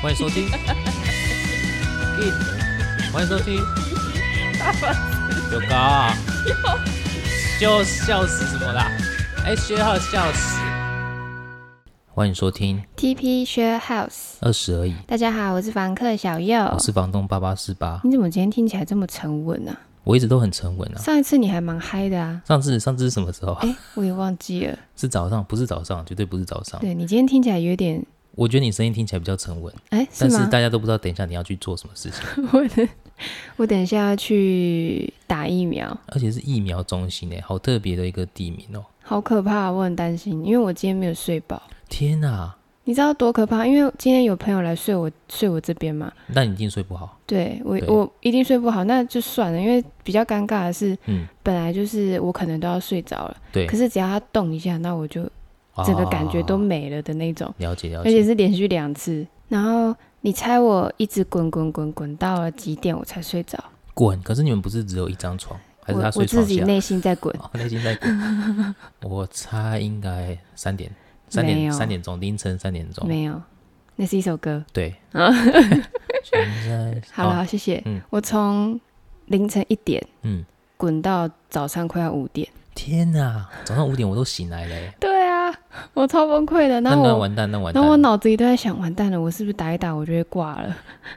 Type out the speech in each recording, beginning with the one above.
欢迎收听。欢迎收 听。有高啊！就笑死什么啦？哎，学号笑死。欢迎收听 TP Share House。二十而已，大家好，我是房客小右。我是房东八八四八。你怎么今天听起来这么沉稳啊？我一直都很沉稳啊。上一次你还蛮嗨的啊。上次上次是什么时候啊？哎、我也忘记了。是早上，不是早上，绝对不是早上。对你今天听起来有点，我觉得你声音听起来比较沉稳，哎、但是吗？大家都不知道等一下你要去做什么事情，我等我等一下要去打疫苗，而且是疫苗中心诶，好特别的一个地名哦。好可怕，我很担心，因为我今天没有睡饱。天啊哪，你知道多可怕？因为今天有朋友来睡我睡我这边嘛，那你一定睡不好。对我对我一定睡不好，那就算了。因为比较尴尬的是，嗯，本来就是我可能都要睡着了，对可，是只要他动一下，那我就整个感觉都啊没了的那种，了解了而且解。是连续两次。然后你猜我一直滚滚滚滚到了几点我才睡着？滚！可是你们不是只有一张床，还是我他我睡自床己下？内心在滚，哦， 内心在滚。 我猜应该三点，三没点有三点钟，凌晨三点钟。没有，那是一首歌。 对。啊现在好了，，谢谢。嗯我从凌晨一点嗯，滚到早上快要五点。天哪，早上五点我都醒来了欸。对啊，我超崩溃的。那然后那我，完蛋，那完然蛋。后我脑子里都在想，完蛋了，我是不是打一打我就会挂了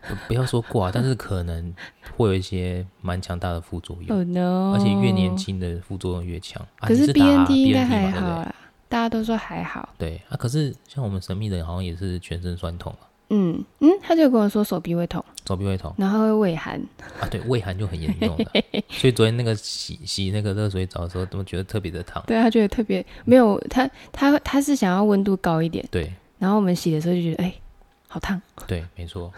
不不要说 挂，但是可能会有一些蛮强大的副作用， ？Oh no！嗯而且越年，轻的副作用越强。啊、可你是 B 打 N T 应 BNT 该嘛还对好不对啦，大家都说还好。对啊，可是像我们神秘人好像也是全身酸痛啊，嗯嗯，他就跟我说手臂会痛，手臂会痛然后会畏寒。啊，对，胃寒就很严重 了。所以昨天那个洗洗那个热水澡的时候，怎么觉得特别的烫？对他觉得特别没有他他他是想要温度高一点，对然后我们洗的时候就觉得哎、好烫，对，没错。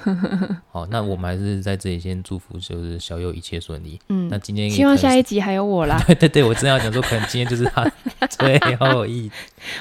好，那我们还是在这里先祝福，就是小友一切顺利。嗯那，今天也希望可能下是，一集还啊有我啦 对对对，我正要讲说，可能今天就是他最后一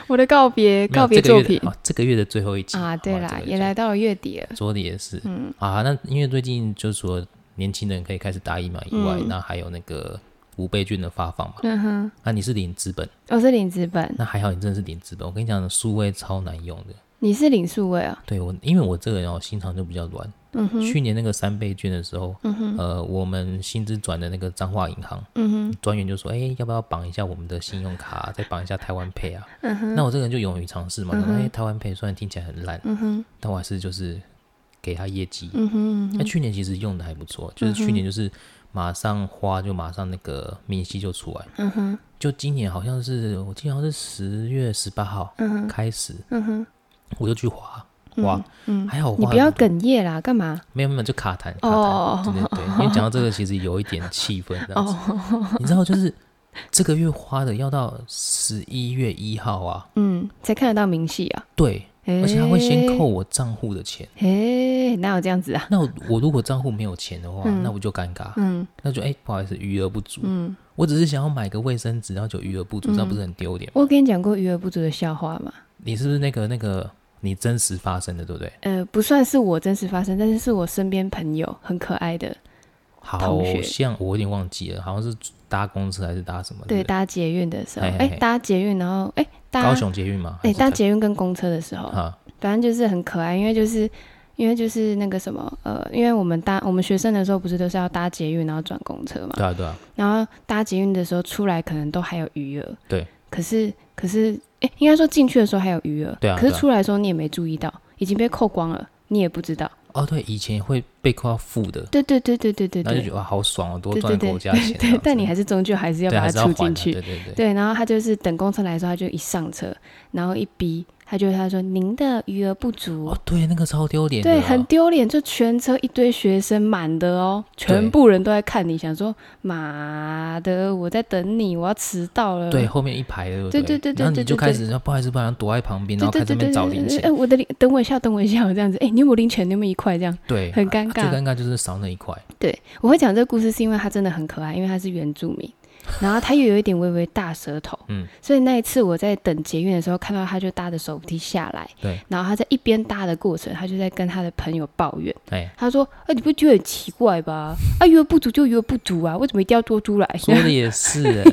我的告别没有告别这个作 月的品哦，这个月的最后一集哦啊，对啦，也。好这个月的最后一集来到了月底了，说的也是，嗯啊，那因为最近就除了年轻人可以开始打疫苗以外，嗯那还有那个五倍券的发放嘛，嗯哼，那、你是领资本，我是领资本，那还好你真的是领资本，我跟你讲，数位超难用的。你是领数位啊，对我，因为我这个人哦，心肠就比较软。嗯哼，去年那个三倍券的时候，嗯哼，呃，我们薪资转的那个彰化银行嗯哼，专员就说，哎、要不要绑一下我们的信用卡、再绑一下台湾配啊？嗯哼，那我这个人就勇于尝试嘛，想说，嗯哎、哼台湾配虽然听起来很烂，嗯哼，但我还是就是给他业绩。嗯哼，嗯那、哼，去年其实用的还不错，就是去年就是马上花就马上那个明细就出来，嗯哼，就今年好像是我记得好像是十月十八号嗯哼，开始，嗯哼，我就去花花，嗯，还好花你不得要多哽咽啦，干嘛？没有没有就卡痰卡哦痰，对对对， 因为讲到这个其实有一点气氛这样子，哦，你知道就是这个月花的要到十一月一号啊，嗯，才看得到明细啊，对，而而且他会先扣，我账户的钱，哎，哪有这样子啊？那我我如果账户没有钱的话，嗯那我就尴尬，嗯那就哎、不好意思余额不足，嗯。我只是想要买个卫生纸，然后就余额不足，这样不是很丢脸吗？我跟你讲过余额不足的笑话嘛？你是不是那个那个你真实发生的，对不对？呃，不算是我真实发生，但是是我身边朋友很可爱的，好同学像我有点忘记了，好像是搭公车还是搭什么？对，不对搭捷运的时候，嘿嘿哎、嘿搭捷运，然后哎、搭，高雄捷运嘛，哎、还是台搭捷运跟公车的时候，啊，反正就是很可爱，因为就是因为就是那个什么，呃，因为我们搭我们学生的时候不是都是要搭捷运然后转公车嘛，对啊对啊，然后搭捷运的时候出来可能都还有余额，对，可是可是哎、应该说进去的时候还有余额，对啊可是对啊出来的时候你也没注意到，已经被扣光了，你也不知道，哦对，以前会被扣到负的，对对对对对对然后对就觉，得哇好爽哦，多对赚对国对家钱这样 对子，，但你还是终究还是要对把还它是要出还进的，去。对对对，对，然后他就是等公车来的时候，他就一上车，然后一逼，他就他说您的余额不足，哦对，那个超丢脸的啊，对，很丢脸，就全车一堆学生满的哦，全部人都在看你，想说妈的，我在等你，我要迟到了。对，后面一排的，对对对对对然后你对就对开始不好意思，不然躲在旁边，然对后开对始在那边对对找对零对，钱哎，，我的零，等我一下，等我一下，这样子，哎，你有没有零钱？你有没有一块？这样对，啊很尴最尬。尴尬就是少那一块，对，我会讲这个故事是因为它真的很可爱，因为它是原住民，然后他又有一点微微大舌头， 嗯所以那一次我在等捷运的时候，看到他就搭着手扶梯下来，对，然后他在一边搭的过程，他就在跟他的朋友抱怨，哎，他说：“哎、你不觉得很奇怪吧？啊，约不足就约不足啊，为什么一定要多出来？”说 的也是哎，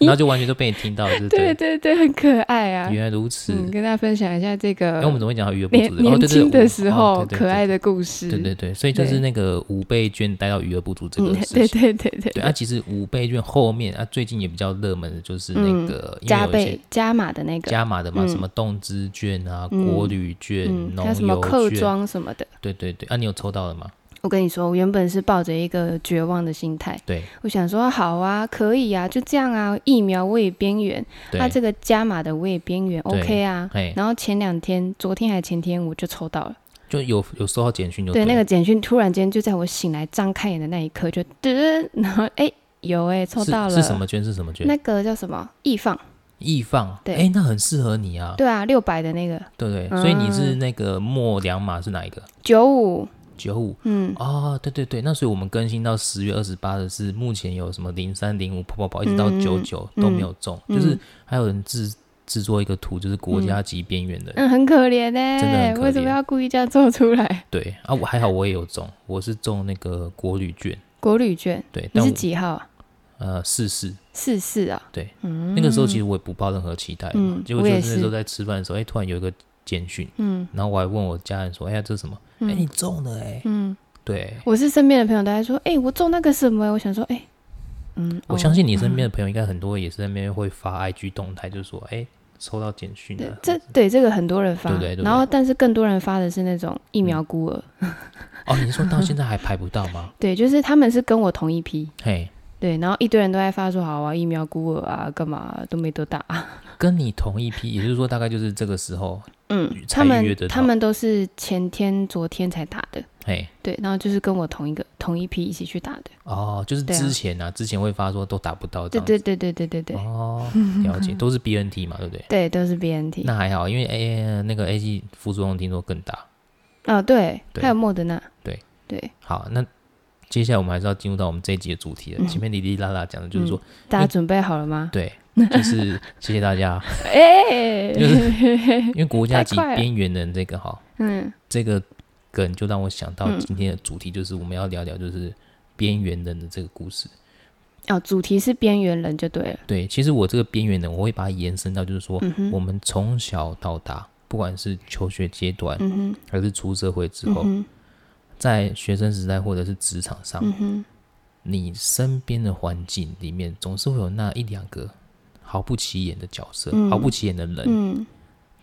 然后就完全都被你听到，对不对对对，很可爱啊。原来如此。嗯，跟大家分享一下这哎、个我们怎么会讲到余额不呃年足的？哦，年对对轻对的我时哦候对对可对爱的故事。对对对，所以就是对那个五倍券带到余额不足这个嗯事，情。对对对对对，啊，其实五倍券后面啊，最近也比较热门的就是那嗯个、因为加有一些倍加码的那个，加码的嘛，嗯什么动资券啊、嗯国旅券、嗯，还有农什么油客券，庄什么的。对对对，啊，你有抽到了吗？我跟你说，我原本是抱着一个绝望的心态，对我想说好啊，可以啊，就这样啊，疫苗我也边缘，啊对，那这个加码的我也边缘对，OK 啊。哎，然后前两天，昨天还前天我就抽到了，就有有收到简讯就对，了那个简讯突然间就在我醒来张开眼的那一刻就，噔，然后哎、有哎、抽是到了是什么啊券？是什么券？那个叫什么易放，易放，对哎，那很适合你啊，对啊，六百的那个对不对？所以你是嗯那个末两码是哪一个？九五，九五。嗯，哦，对对对，那所以我们更新到十月二十八的是目前有什么零三零五跑跑跑，一直到嗯九九都没嗯有中，就是嗯还有人制制作一个图，就是国家级边缘的，嗯，很可怜哎、真的很可怜为什么要故意这样做出来？对啊，我还好我也有中，我是中那个国旅券，国旅券，对，你但是我几号啊？呃四四四四啊，对嗯，那个时候其实我也不抱任何期待嘛，嗯结果我就也是那时候是在吃饭的时候，哎、突然有一个简讯，嗯然后我还问我家人说，哎、呀这是什么？哎、你嗯中了哎、嗯，对。我是身边的朋友都在说，哎、我中那个什么，我想说，哎、嗯，我哦相信你身边的朋友应该很多也是在那边会发 IG 动态，就说哎、收到简讯对了，这对这个很多人发，对不对对不对嗯然后但是更多人发的是那种疫苗孤儿，哦，你是说到现在还排不到 吗？对，就是他们是跟我同一批，嘿，对，然后一堆人都在发说好啊，疫苗孤儿啊，干嘛啊都没得打、啊，跟你同一批，也就是说大概就是这个时候， 嗯，才他约们得到他们都是前天、昨天才打的，嘿，对，然后就是跟我同一个同一批一起去打的，哦，就是对啊之前啊，之前会发说都打不到这对样对子，对对对对对， 哦，了解，都是 BNT 嘛，对不对？对，都是 BNT，那还好，因为 A 那个 A G 副作用听说更大。哦，对，对还有莫德纳，对对，好，那接下来我们还是要进入到我们这一集的主题了。嗯前面哩哩啦啦讲的就是说，大家准备好了吗？对，就是谢谢大 家，哎，就是因为国家级太快了边缘人这个哈，嗯，这个梗就让我想到嗯今天的主题，就是我们要聊聊就是边缘人的这个故事。哦，主题是边缘人就对了，对，其实我这个边缘人，我会把它延伸到，就是说，嗯哼，我们从小到大，不管是求学阶段，嗯哼，还是出社会之嗯后，哼，在学生时代或者是职场上，嗯哼，你身边的环境里面，总是会有那一两个毫不起眼的角色，嗯毫不起眼的人，嗯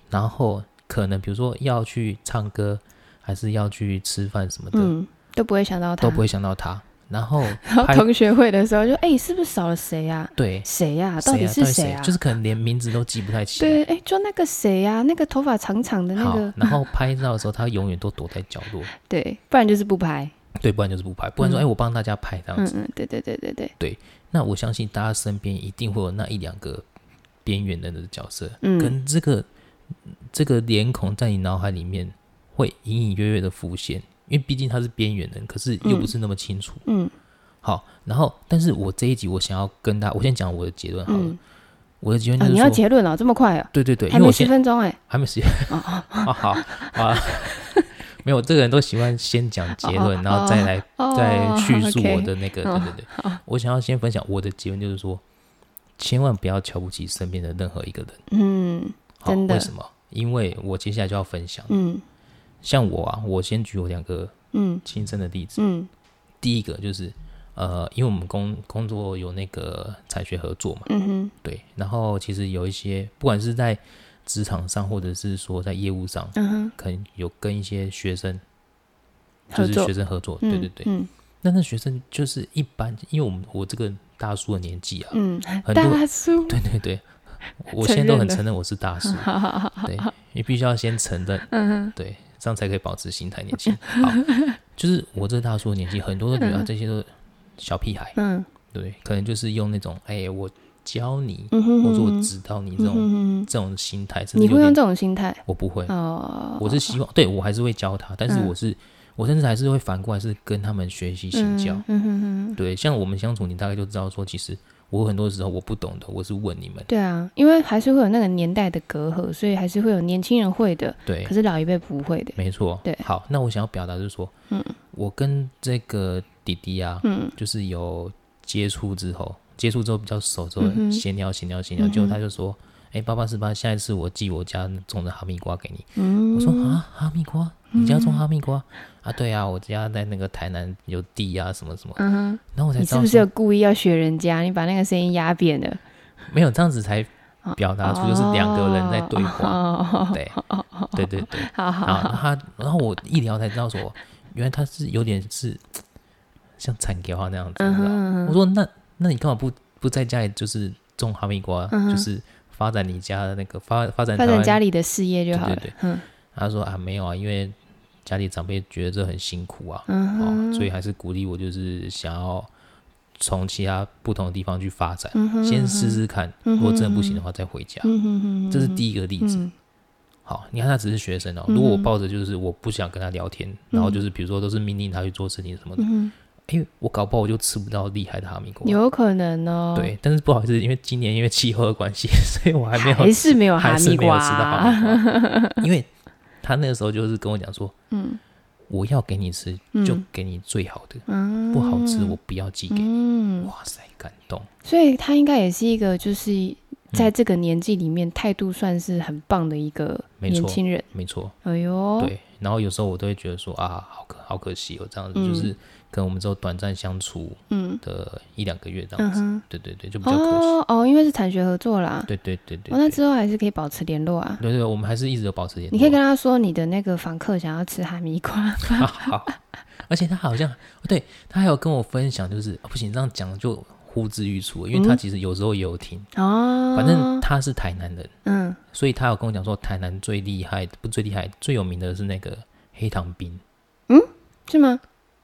然后可能比如说要去唱歌，还是要去吃饭什么的，嗯，都不会想到他都不。会想到他。然 后然后拍同学会的时候就，哎、是不是少了谁呀、对，谁呀、谁到底啊是谁啊？就是可能连名字都记不太起来。对，哎、就那个谁呀、那个头发长长的那好个，，然后拍照的时候，他永远都躲在角落，对，不然就是不拍。对，不然就是不拍，不然说，哎、我帮大家拍这样嗯子。嗯，对对对对对，那我相信大家身边一定会有那一两个边缘人的角色，嗯，跟这个这个脸孔在你脑海里面会隐隐约约的浮现，因为毕竟他是边缘人，可是又不是那么清楚。嗯好，然后，但是我这一集我想要跟大家，我先讲我的结论好了。嗯，我的结论啊，就是你说，要结论哦，这么快哦，对对对，因还为没我十先分钟哎、还没时间。哦 哦啊，好 啊，没有，这个人都喜欢先讲结论，哦然后再来、哦，再 叙述我 OK 的那个，哦对对对，我想要先分享我的结论，就是说，千万不要瞧不起身边的任何一个人，嗯好真的为什么？因为我接下来就要分享，嗯像我啊，我先举我两个嗯亲身的例子，嗯第一个就是。呃，因为我们工工作有那个产学合作嘛，嗯哼，对，然后其实有一些，不管是在职场上，或者是说在业务上，嗯哼，可能有跟一些学生，就合是作学生合作，嗯对对对。嗯那那学生就是一般，因为我们我这个大叔的年纪啊，嗯，很多大叔，对对 对，我承现在都很认了，承认我是大叔好好 好，对，你必须要先承认， 嗯哼，对，这样才可以保持心态年轻。 好，就是我这个大叔的年纪，很多都觉得啊嗯这些都小屁孩，嗯对不对？可能就是用那种哎我教你，嗯哼，或者我嗯指导你这嗯种哼，这种心态，甚你至有会用点这种心态我不会，哦？我是希望对我还是会教他，但是嗯我是、我甚至还是会反过来是跟他们学习请教。嗯嗯哼哼，对，像我们相处，你大概就知道说，其实我很多时候我不懂的，我是问你们。对啊，因为还是会有那个年代的隔阂，所以还是会有年轻人会的，对可，是老一辈不会的。没错。对好，那我想要表达就是说，嗯，我跟这个弟弟啊，嗯就是有接触之后，接触之后比较熟之后嗯，哼闲聊闲聊闲聊，嗯哼结果他就说：“哎、八八四八，下一次我寄我家种的哈密瓜给你。”嗯，我说：“啊，哈密瓜？你家种哈密瓜？啊，对啊，我家在那个台南有地啊，什么什么。嗯哼，”然后我才你知道是不是说有故意要学人家？你把那个声音压扁 了，没有这样子才哦表达出就是两个人在对话。话对，对对对。哦好好然后好，他，然后我一聊才知道说，原来他是有点是像产给花那样子，你嗯知道哼吗嗯我哼，说那那你干嘛不不在家里就是种哈密瓜，嗯哼就是发展你家的那个发发展发台展湾家里的事业就好了对对对。嗯他说啊没有啊，因为家里长辈觉得这很辛苦啊，嗯哦，哼，所以还是鼓励我就是想要从其他不同的地方去发展，嗯哼先试试看，嗯哼如果真的不行的话再回家，嗯哼哼，这是第一个例子。嗯好，你看他只是学生哦。嗯如果我抱着就是我不想跟他聊天，然后就是比如说都是命令他去做事情什么的，嗯哎、我搞不好我就吃不到厉害的哈密瓜哼，。有可能哦。对，但是不好意思，因为今年因为气候的关系， 所以我还没有还是没有哈还密是没有瓜吃到哈啊，密瓜。因为他那个时候就是跟我讲说，嗯我要给你吃嗯就给你最好的，嗯，不好吃我不要寄给你。 嗯，哇塞，感动！所以他应该也是一个就是在嗯这个年纪里面态度算是很棒的一个没错年轻人。没错，哎呦，对。然后有时候我都会觉得说啊，好可好可惜哦，这样子、嗯就是可能我们只有短暂相处嗯的一两个月这样嗯子。哼，对对对，就比较可惜。哦哦，因为是产学合作啦，对对对对哦，那对之后还是可以保持联络啊。对对，我们还是一直有保持联络。你可以跟他说你的那个房客想要吃哈 密瓜，好好，而且他好像，哦对他还有跟我分享，就是、哦不行，这样讲就呼之欲出了，因为他嗯其实有时候也有听，哦，反正他是台南人，嗯，所以他有跟我讲说，台南最厉害不最厉害，最有名的是那个黑糖冰是吗？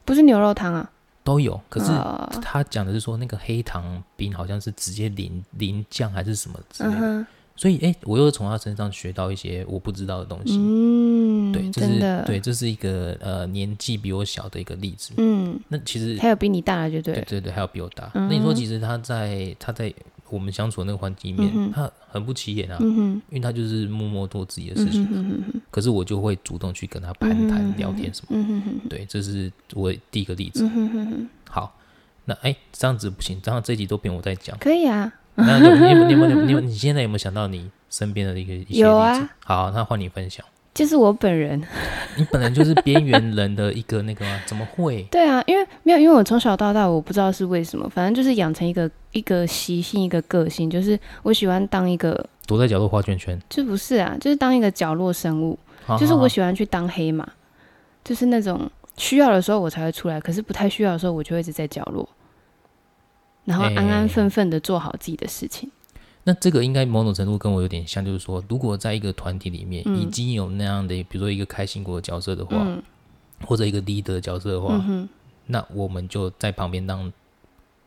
不是牛肉汤啊，都有，可是哦他讲的是说那个黑糖冰好像是直接淋淋酱还是什么之类嗯的，哼，所以哎、诶我又从他身上学到一些我不知道的东西。嗯，对，这真是的，对，，这是一个呃年纪比我小的一个例子。嗯，那其实还有比你大的就对对了，对对，还有比我大。嗯那你说，其实他在他在我们相处的那个环境里面，嗯哼他很不起眼啊，嗯哼，因为他就是默默做自己的嗯事哼情。哼哼哼，可是我就会主动去跟他攀谈、嗯哼聊天什么。嗯哼哼哼，对，这是我第一个例子。嗯哼哼哼，。好，那哎，这样子不行，这样这一集都变我在讲 可以啊，那有你有没有你有没有你有你现在有没有想到你身边的一个一些有例啊子？好，那换你分享。就是我本人。 你本来就是边缘人的一个那个吗？怎么会？对啊，因为没有，因为我从小到大，我不知道是为什么，反正就是养成一个一个习性，一个个性，就是我喜欢当一个，躲在角落画圈圈，这不是啊，就是当一个角落生物，好就是好我好喜欢去当黑马，就是那种需要的时候我才会出来，可是不太需要的时候我就会一直在角落，然后安安分分的做好自己的事情。哎那这个应该某种程度跟我有点像，就是说，如果在一个团体里面嗯已经有那样的，比如说一个开心果的角色的话，嗯或者一个 leader 的角色的话，嗯哼，那我们就在旁边当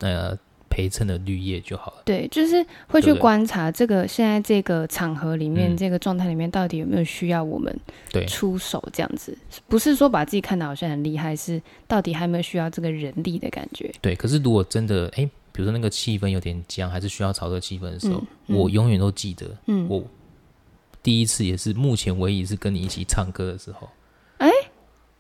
呃陪衬的绿叶就好了。对，就是会去对不对观察这个现在这个场合里面、嗯这个状态里面到底有没有需要我们对出手这样子，不是说把自己看得好像很厉害，是到底还有没有需要这个人力的感觉。对，可是如果真的哎，比如说那个气氛有点僵，还是需要炒热气氛的时候，嗯嗯我永远都记得嗯，我第一次也是目前唯一是跟你一起唱歌的时候，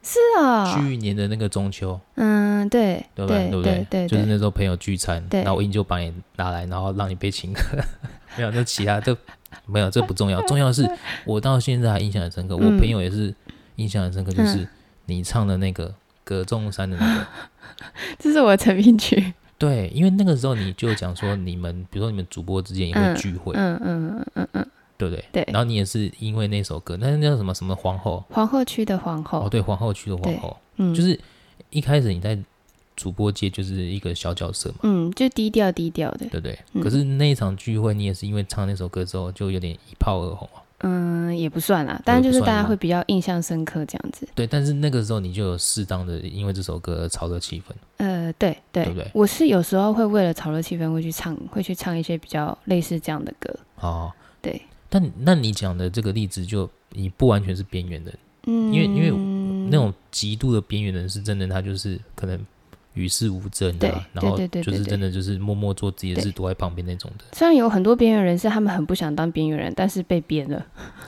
是啊、去年的那个中秋。嗯，对，对不对对不对对，就是那时候朋友聚餐，对然后我硬就把你拉来，然后让你被请客。 没有，那其他这没有，这不重要。重要的 是，我到现在还印象很深刻。我嗯朋友也是印象很深刻，就是你唱的那个葛仲山的 那个。这是我的成名曲。对，因为那个时候你就讲说，你们比如说你们主播之间也会嗯聚会，嗯嗯嗯嗯嗯，对不对？对然后你也是因为那首歌，那那叫什么什么皇后？皇后区的皇哦，后，对，皇后区的皇后，嗯，就是一开始你在主播界就是一个小角色嘛。嗯，就低调低调的。对不对？嗯可是那一场聚会，你也是因为唱那首歌之后，就有点一炮而红啊。嗯，也不算啦，当然不就是大算家吗会比较印象深刻这样子。对，但是那个时候你就有适当的因为这首歌而炒热气氛。呃，对对，对不对我是有时候会为了炒热气氛，会去唱，会去唱一些比较类似这样的歌。哦，对，但那你讲的这个例子就，你不完全是边缘人，嗯，因为因为那种极度的边缘人是真的，他就是可能与世无争对啊，然后对对对对就是对真的就是默默做自己的对事，躲在旁边那种的。虽然有很多边缘人是他们很不想当边缘人，但是被编了。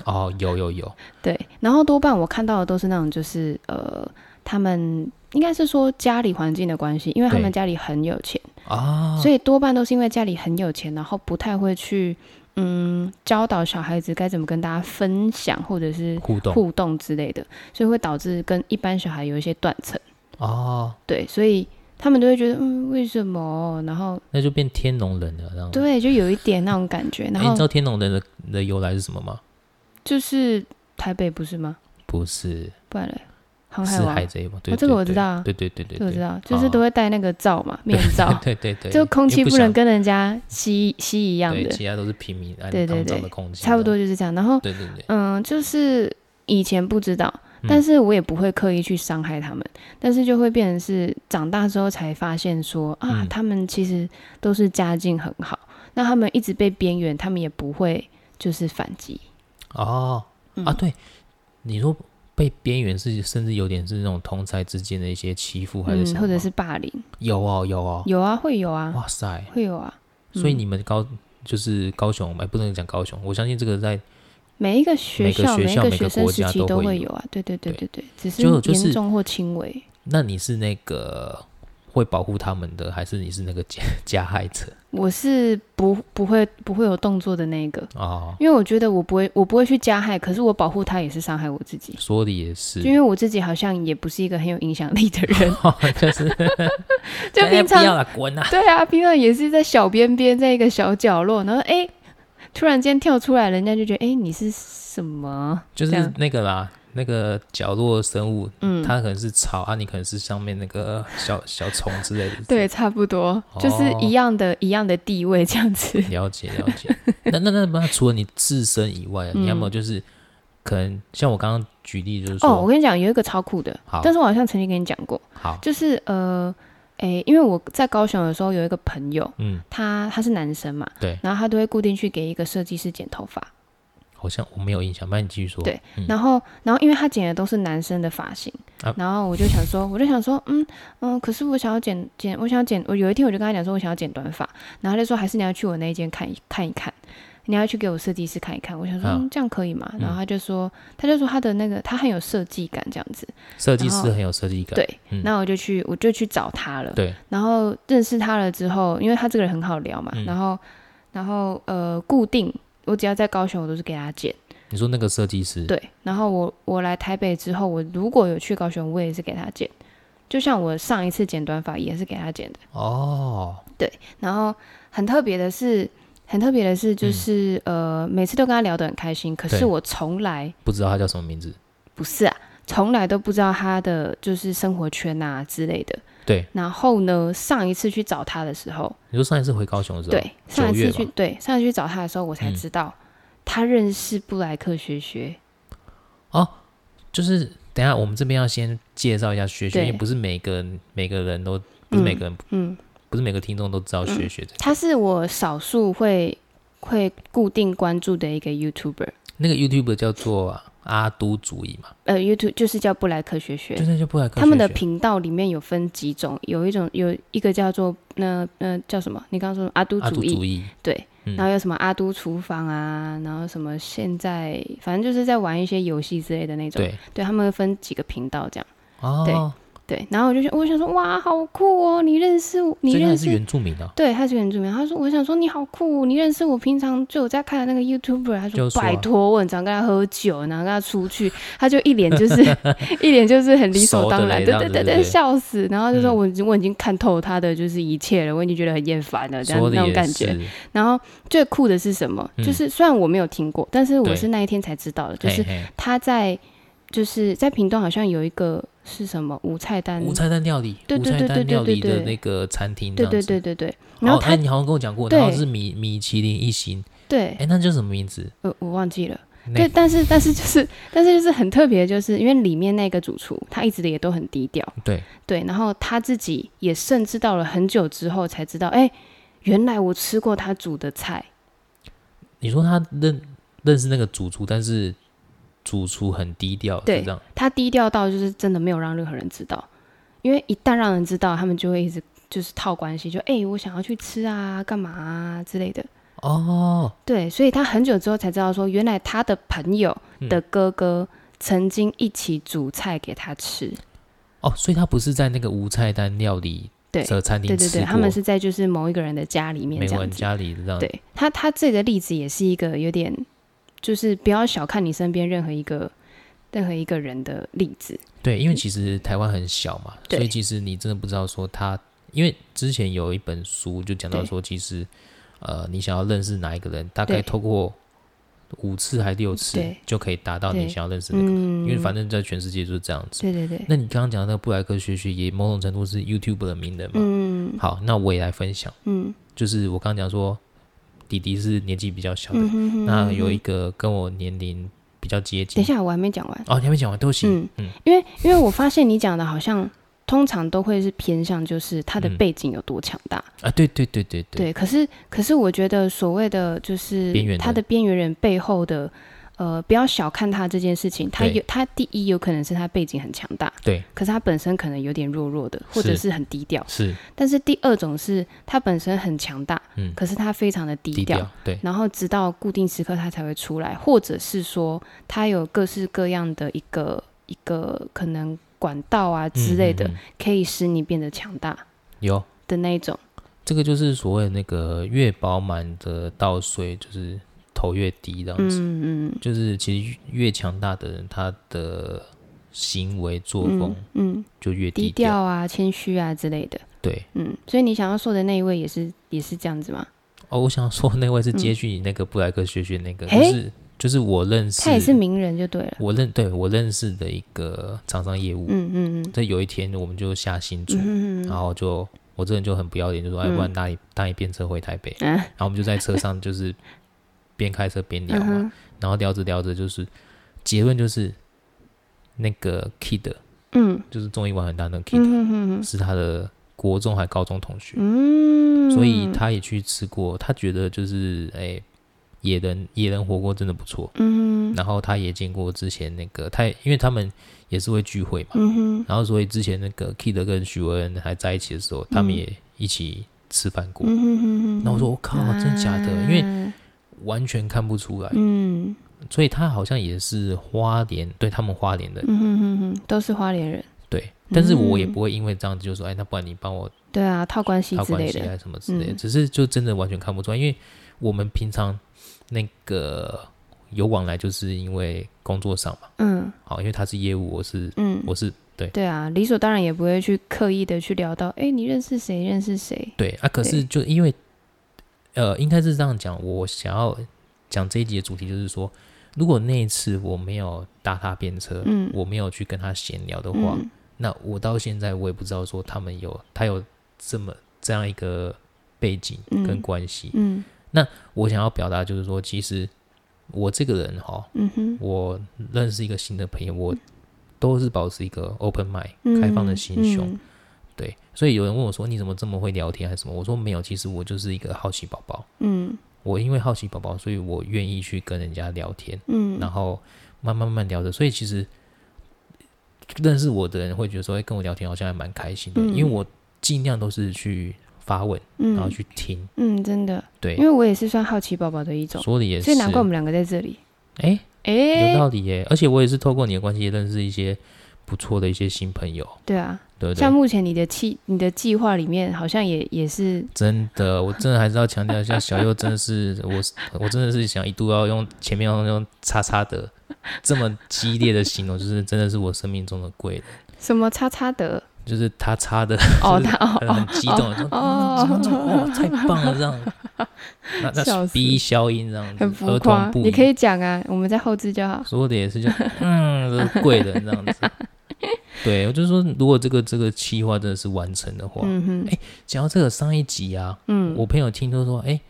哦，有有有，对，然后多半我看到的都是那种，就是呃，他们应该是说家里环境的关系，因为他对们家里很有钱，啊，所以多半都是因为家里很有钱，然后不太会去嗯教导小孩子该怎么跟大家分享或者是互动互动之类的，所以会导致跟一般小孩有一些断层。哦，对，所以他们都会觉得嗯为什么？然后那就变天龙人了。然后，对，就有一点那种感觉。然 哎，你知后道天龙人的的由来是什么吗？就是台北不是吗？不是，不然嘞，航海是王海。贼王。对，哦这个对我知对道啊对对对对这个我知对，哦道，就是都会戴那个罩嘛，面罩， 对对对， 就空因气为不不能想跟人家吸吸一样对，的，其他都是平民啊安对对肮脏对的空气，差不多。就是这样。然后，对对对，嗯，就是以前不知道，嗯但是我也不会刻意去伤害他们，但是就会变成是长大之后才发现说啊，嗯他们其实都是家境很好，那他们一直被边缘，他们也不会就是反击。哦嗯啊，对，你说被边缘是甚至有点是那种同才之间的一些欺负还是什么嗯，吗，或者是霸凌，有哦有哦，有啊，会有啊，哇塞！会有啊。所以嗯你们高就是高雄，哎，不能讲高雄，我相信这个在每一个学校、每个学每一校个每学个生国时家期都会会有有啊，对对对对对对，只是就就是严重或轻微。那你是那个会保护他们的，还是你是那个加加害者我是不不会不会有动作的那一个，哦？因为我觉得我不会我不会去加害，可是我保护他也是伤害我自己，说的也是哦就，因为我自己好像也不是一个很有影响力的 人，就是就哎平不要常了，滚啊！对啊，平常也是在小边边，在一个小角落，然后哎、突然间跳出来，人家就觉得哎、你是什么？就这是样那个啦，那个角落生物，嗯，它可能是草啊，你可能是上面那个呃小小虫之类的。对，，差不多就是哦一样的一样的地位这样子。了解了 解。那那那那，除了你自身以外，啊嗯你有没有就是可能像我刚刚举例，就是哦，我说，跟你讲，有一个超酷的，好但是我好像曾经跟你讲过，好，就是呃，诶、因为我在高雄的时候有一个朋友，嗯，他他是男生嘛，对，然后他都会固定去给一个设计师剪头发，嗯好像我没有印象，那你继续说。对嗯然后然后因为他剪的都是男生的发型，啊然后我就想说，我就想说，嗯嗯，可是我想要剪剪，我想要剪，我有一天我就跟他讲说我想要剪短发，然后他就说还是你要去我那一间看一看一看。你要去给我设计师看一看，我想说、啊嗯、这样可以吗？然后他就说，他就说他的那个他很有设计感这样子，设计然师后很有设计感。对。嗯那我就去我就去找他了，对，然后认识他了之后，因为他这个人很好聊嘛，嗯然后然后呃固定，我只要在高雄我都是给他剪，你说那个设计师，对，然后我我来台北之后，我如果有去高雄，我也是给他剪，就像我上一次剪短发也是给他剪的，哦，然后很特别的是。很特别的是，就是、嗯呃，每次都跟他聊得很开心，可对是我从来不知道他叫什么名字。不是啊，从来都不知道他的就是生活圈啊之类的。对，然后呢，上一次去找他的时候，你说上一次回高雄的时候，对，上一九月次去吧对上一次去找他的时候，我才嗯知道、他认识布莱克学学。就是等一下我们这边要先介绍一下学学，对因为不是每个人每个人都不是每个人、嗯，不是每个听众都知道学学的、他是我少数会会固定关注的一个 YouTuber，那个 YouTube 叫做阿都主义嘛，呃，YouTube 就是叫布莱克学学。就是就布莱克他们的学学频道里面有分几种，有一种有一个叫做那那叫什么？你刚刚说阿都阿都主义，主义，对，嗯然后有什么阿都厨房啊，然后什么现在反正就是在玩一些游戏之类的那种，对，对他们会分几个频道这样。哦，对，然后我就想，我想说，哇，好酷哦！你认识我，你所以他认还是识，原住民啊，对，他是原住民。他说，我想说你好酷、哦，你认识我平常就有在看的那个 YouTuber。他就说，说啊拜托，我很常跟他喝酒，然后跟他出去，他就一脸就是 一脸就是很理所当然，熟的嘞对对这样子对对不对对，笑死。然后就说嗯我已经我已经看透他的就是一切了，我已经觉得很厌烦了，这样说的那种也感觉。是，然后最酷的是什么？嗯就是虽然我没有听过，但是对我是那一天才知道的，就嘿是嘿他在就是在屏东好像有一个是什么无菜单，无菜单料理，对无对菜对单对料对理对的对那个餐厅这对样子，对对对对，哦。然后哎他、你好像跟我讲过，然后对是米米其林一星，对，哎，那叫什么名字？呃，我忘记了。那对，但是但是就是但是就是很特别，就是因为里面那个主厨他一直也都很低调，对，对，然后他自己也甚至到了很久之后才知道，哎，原来我吃过他煮的菜，你说他认认识那个主厨，但是主厨很低调，是对这样。他低调到就是真的没有让任何人知道，因为一旦让人知道，他们就会一直就是套关系，就哎、我想要去吃啊，干嘛啊之类的。哦，对，所以他很久之后才知道说，原来他的朋友的哥哥曾经一起煮菜给他吃。哦，所以他不是在那个无菜单料理对的餐对厅对吃对，过，他们是在就是某一个人的家里面美这样文子。家里这样，对他，他这个例子也是一个有点，就是不要小看你身边任何一个任何一个人的例子。对，因为其实台湾很小嘛，对所以其实你真的不知道说他，因为之前有一本书就讲到对说，其实呃，你想要认识哪一个人，大对概透过五次还六次对就可以达到对你想要认识那个人，嗯，因为反正在全世界就是这样子。对对对，那你刚刚讲的那个布莱克学学也某种程度是 YouTube 的名人嘛？嗯好，那我也来分享，嗯就是我刚刚讲说，弟弟是年纪比较小的，嗯哼哼，那有一嗯个跟我年龄比较接等近一，下我还没讲完，哦，你还没讲完，都行，嗯，因为因为我发现你讲的好像通常都会是偏向就是他的嗯背景有多强大，啊，对对对对对，对，可是可是我觉得所谓的就是边缘他人的边缘人背后的。呃，不要小看他这件事情，他对有他第一有可能是他背景很强大，对，可是他本身可能有点弱弱的，或者是是很低调。是但是第二种是他本身很强大，嗯可是他非常的低低调，调，对，然后直到固定时刻他才会出来，或者是说他有各式各样的一个一个可能管道啊之类的，嗯嗯嗯可以使你变得强大有的那一种。这个就是所谓的那个越饱满的稻穗，就是头越低这样子，嗯嗯就是其实越强大的人，他的行为作风嗯嗯，就越低调，调啊、谦虚啊之类的。对。嗯，所以你想要说的那一位也是也是这样子吗？哦，我想说那位嗯是接续你那个布莱克学学那个，嘿就是就是我认识，他也是名人就对了。我认对我认识的一个厂商业务。嗯嗯嗯这、有一天我们就下新竹，嗯嗯然后就我这人就很不要脸，就说哎，嗯不然搭一搭一便车回台北。嗯然后我们就在车上就是 边开车边聊嗯嘛，哼然后聊着聊着就是结论就是那个 Kid 嗯就是综艺玩很大的 Kid、嗯嗯是他的国中还高中同学，嗯，所以他也去吃过，他觉得就是哎、野人野人火锅真的不错。嗯然后他也见过之前那个，他也因为他们也是会聚会嘛，嗯哼然后所以之前那个 Kid 跟许文恩还在一起的时候，他们嗯也一起吃饭过。嗯哼哼哼，啊然后我说我、靠，真假的？因为为完全看不出来，嗯所以他好像也是花莲，对他们花莲的，嗯哼哼哼，都是花莲人，对。但是我也嗯不会因为这样子就说，哎，那不然你帮我对啊，套关系套之关类系的，啊什么之类的，嗯只是就真的完全看不出来，因为我们平常那个有往来，就是因为工作上嘛，嗯好，因为他是业务，我是嗯，我是对啊，理所当然也不会去刻意的去聊到，哎，你认识谁？认识谁？对啊，可是就因为，呃，应该是这样讲，我想要讲这一集的主题就是说，如果那一次我没有搭他便车，嗯我没有去跟他闲呃聊的话，嗯那我到现在我也不知道说他们有他有这么这样一个背景跟嗯关系。嗯我想要表达就是说，其实我这个人哈，嗯哼，我认识一个新的朋友，我都是保持一个 open mind、开放的心胸。嗯对，所以有人问我说：“你怎么这么会聊天还是什么？”我说：“没有，其实我就是一个好奇宝宝。嗯我因为好奇宝宝，所以我愿意去跟人家聊天，嗯，然后慢慢慢慢聊着。所以其实认识我的人会觉得说，哎、跟我聊天好像还蛮开心的，嗯因为我尽量都是去发问，然后嗯去听。嗯，真的，对因，为我也是算好奇宝宝的一种，说的也是，所以难怪我们两个在这里。哎、有哎，道理耶。而且我也是透过你的关系认识一些不错的一些新朋友，对啊，对不对像？目前你的计你的计划里面，好像也也是真的，我真的还是要强调一下，小右真的是我是，我真的是想一度要用前面要用“叉叉”的这么激烈的形容，就是真的是我生命中的贵人，什么叉叉的就是他叉的哦，就是呃 他哦很哦很激动，说哦嗯怎么哇太棒了这样，那笑那死逼消音这样子很，浮儿夸童，不你宜可，以讲啊，我们在后置就好。说的也是就嗯，这是贵人这样子。对，我就说，如果这个这个计划真的是完成的话，嗯哼，讲到这个上一集啊，嗯我朋友听都说，哎、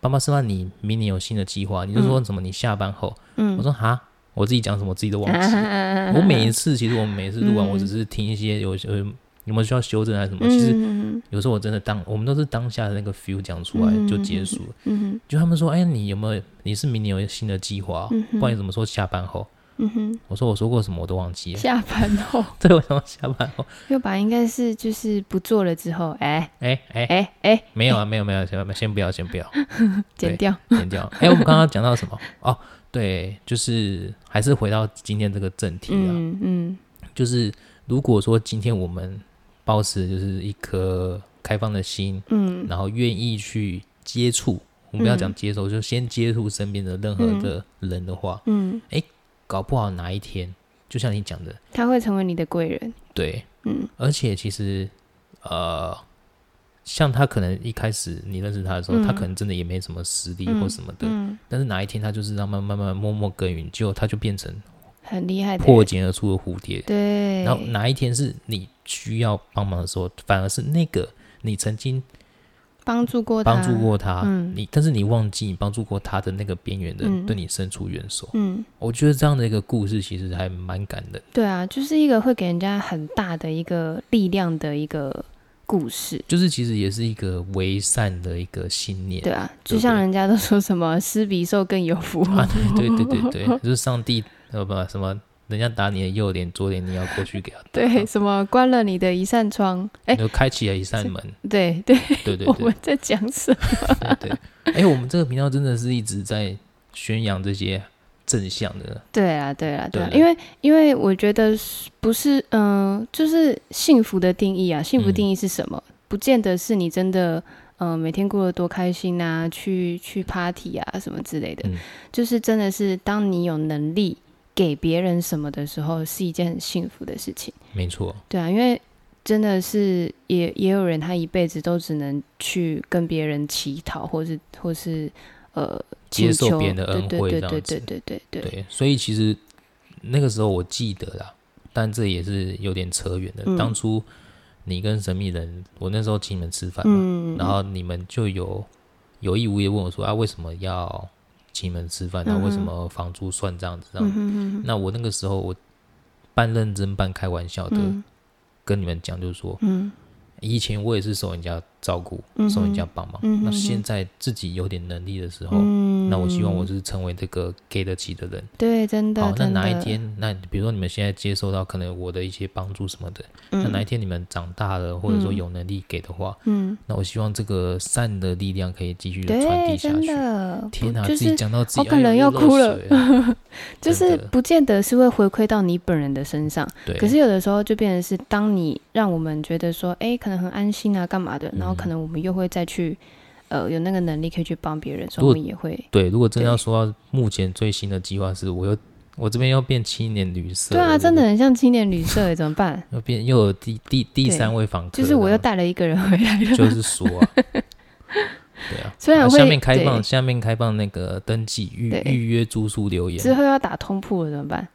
爸妈是吧？你明年有新的计划，你就说什么你下班后，嗯我说哈，我自己讲什么我自己都忘记了。啊 我每一次其实我每一次录完，嗯我只是听一些有有有没有需要修正还是什么，其实嗯有时候我真的当我们都是当下的那个 feel 讲出来嗯就结束了。嗯就他们说，哎、你有没有你是明年有新的计划哦？嗯哼不然你怎么说下班后？嗯哼，我说我说过什么我都忘记了。 下班后 对，我想下班后，又把应该是就是不做了之后，哎哎哎，哎哎，没有啊，没有没有，先先不要，先不要，剪掉，剪掉。哎，我们刚刚讲到什么？哦，对，就是还是回到今天这个正题啊，嗯嗯就是如果说今天我们保持就是一颗开放的心，嗯然后愿意去接触，我们不要讲接受，就先接触身边的任何的人的话，嗯，搞不好哪一天，就像你讲的，他会成为你的贵人，对，嗯而且其实呃，像他可能一开始你认识他的时候，他嗯可能真的也没什么实力嗯或什么的，嗯，但是哪一天他就是让慢慢慢慢默默耕耘，结果他就变成很厉害的破人，茧而出的蝴蝶。对，然后哪一天是你需要帮忙的时候，反而是那个你曾经帮助过他，帮助，过他，嗯你但是你忘记你帮助过他的那个边缘人、嗯对你伸出援手。嗯，我觉得这样的一个故事其实还蛮感人的。对啊，就是一个会给人家很大的一个力量的一个故事。就是其实也是一个为善的一个信念，对啊，对就不像对人家都说什么“施比受更有福”，啊， 对对对对对，就是上帝呃不什么，人家打你的右脸左脸，你要过去给他打，对，什么关了你的一扇窗，哎你，就开启了一扇门，对对，对对我对们在讲什么？对对。哎，我们这个频道真的是一直在宣扬这些正向的，对啊，对啊，对啊，对因为因为我觉得是不是，嗯、就是幸福的定义啊，幸福嗯定义是什么？不见得是你真的，呃，每天过得多开心啊，去去 party 啊什么之类的，嗯就是真的是当你有能力给别人什么的时候，是一件很幸福的事情。没错，对啊，因为真的是也也有人他一辈子都只能去跟别人乞讨，或是或是呃接请受求别人的恩惠对这对样对子对对对嗯对对，对。所以其实那个时候我记得啦，但这也是有点扯远的。嗯当初你跟神秘人，我那时候请你们吃饭嘛，嗯，然后你们就有有意无意问我说啊，为什么要请你们吃饭？然啊后为什嗯哼么房租算这样子？这样嗯子哼哼哼那我那个时候我半认真半开玩笑的嗯跟你们讲，就是说嗯以前我也是受人家照顾，嗯受人哼家帮忙。嗯那哼哼现在自己有点能力的时候，嗯，那我希望我是成为这个给得起的人。对真的好，哦那真的哪一天，那比如说你们现在接受到可能我的一些帮助什么的，那哪一天你们长大了，或者说嗯有能力给的话，嗯那我希望这个善的力量可以继续嗯的传对递下真去。的天不哪，就自己是讲到自己，我可能哎呦要哭了。又漏水就是真的不见得是会回馈到你本人的身上。对， 可是有的时候就变成是，当你让我们觉得说，哎、可能很安心啊，干嘛嗯的，然后可能我们又会再去，呃，有那个能力可以去帮别人，所以如我果们也会，对，如果真的要对说到目前最新的计划是，我又我这边要变青年旅社对了，啊，真的很像青年旅社、欸，怎么 办？又变又有第第第对三位访客就了，是我又带了一个人回来 了，就是说啊、对啊，虽然啊会下面开放对下面开放那个登记预对预约住宿留言，之后要打通铺了，怎么办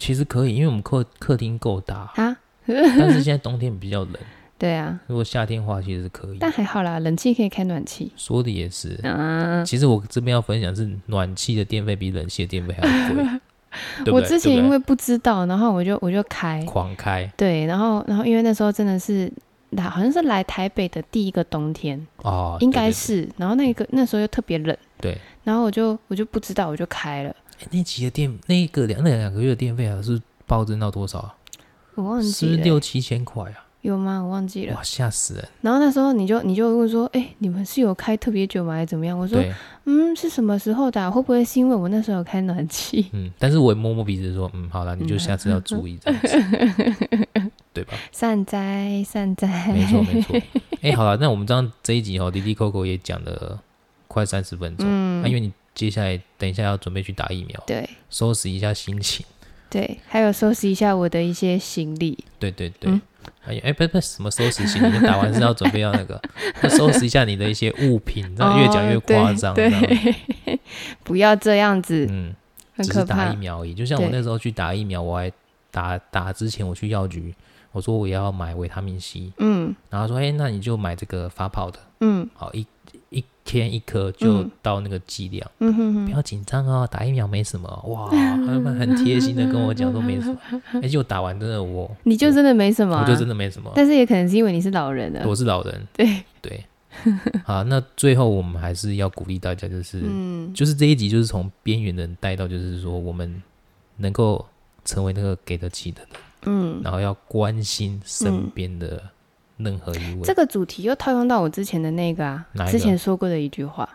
其实可以，因为我们客客厅够 大，啊？但是现在冬天比较冷，对啊，如果夏天的话其实是可以。但还好啦，冷气可以开暖气说的也是，啊。其实我这边要分享是暖气的电费比冷气的电费还要 贵，对不对？我之前对不哦因对为不知道，然后我就我就开，狂开对，然后然后因为那时候真的是来，好像是来台北的第一个冬天，哦，应该对嗯是，然后那个那时候又特别冷。对。对然后我就我就不知道，我就开了，诶那期的电那个两那两个月的电费啊，是暴增到多少啊？我忘是不记是了、六七千块啊？有吗？我忘记了哇，。吓死人！然后那时候你就你就问说，哎、你们是有开特别久吗？还是怎么样？我说，对，嗯，是什么时候的啊、会不会是因为我那时候有开暖气？ 嗯，但是我也摸摸鼻子说，嗯，好了，你就下次要注意这样子，嗯 对吧？善哉善哉，没错 没错。哎、好了，那我们这样这一集哦，滴滴 Coco 也讲了快三十分钟，嗯那、因为你接下来等一下要准备去打疫苗，对收拾一下心情。 对，还有收拾一下我的一些行李。对对对嗯，哎、哎，不不，什么收拾心情？你打完是要准备要那个，要收拾一下你的一些物品，这样越讲越哦对夸张，这对样，不要这样子，嗯，很只可是打怕疫。苗而已。就像我对那时候去打疫苗，我还打打之前我去药局，我说我要买维他命 C，嗯然后他说哎、那你就买这个发泡的，嗯好一一天一颗就嗯到那个剂量，嗯哼不哼，要紧张哦，打疫苗没什么哦。 哇，他们很贴心的跟我讲说没什么，而且我打完真的我你就真的没什么、啊，我就真的没什么，但是也可能是因为你是老人啊了。我是老人，对，对。 好，那最后我们还是要鼓励大家，就是嗯就是这一集就是从边缘人带到，就是说我们能够成为那个给得起的人，嗯，然后要关心身边的任何一位。这个主题又套用到我之前的那个啊哪一，个之前说过的一句话，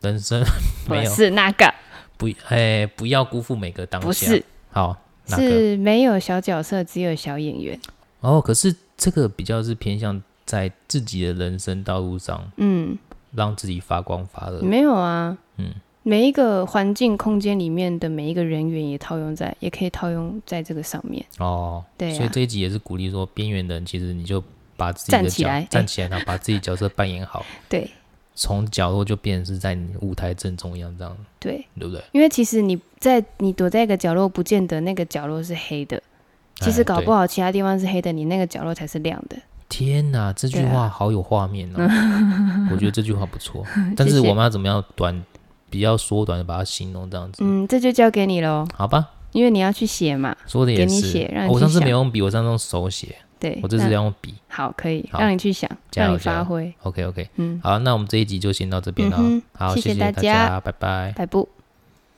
人生 不没有是那个，不哎、不要辜负每个当下。不是，好，啊哪个？是没有小角色，只有小演员。哦，可是这个比较是偏向在自己的人生道路上，嗯，让自己发光发热。没有啊，呃嗯，每一个环境空间里面的每一个人员也套用在，也可以套用在这个上面。哦，对所以啊，这一集也是鼓励说，边缘人其实你就把自己的站角起来站起来，然后把自己角色扮演好，对从角落就变成是在你舞台正中央这样，对，对不对？因为其实你在你躲在一个角落，不见得那个角落是黑的，其实哎搞对不好其他地方是黑的，你那个角落才是亮的。天哪，这句对啊话好有画面哦！ 我觉得这句话不错，但谢是谢我们要怎么样短，比较缩短的把它形容这样子，嗯，这就交给你喽，好吧？因为你要去写嘛。说的给也你是哦写让，你我去上次没想用笔，我上次用手写，对，我这次那要用笔。好，可以好让你去想，加油让你加油发挥。 OK OK，嗯，好，那我们这一集就先到这边了哦嗯哼，好，谢谢谢大大家家，拜拜。摆布。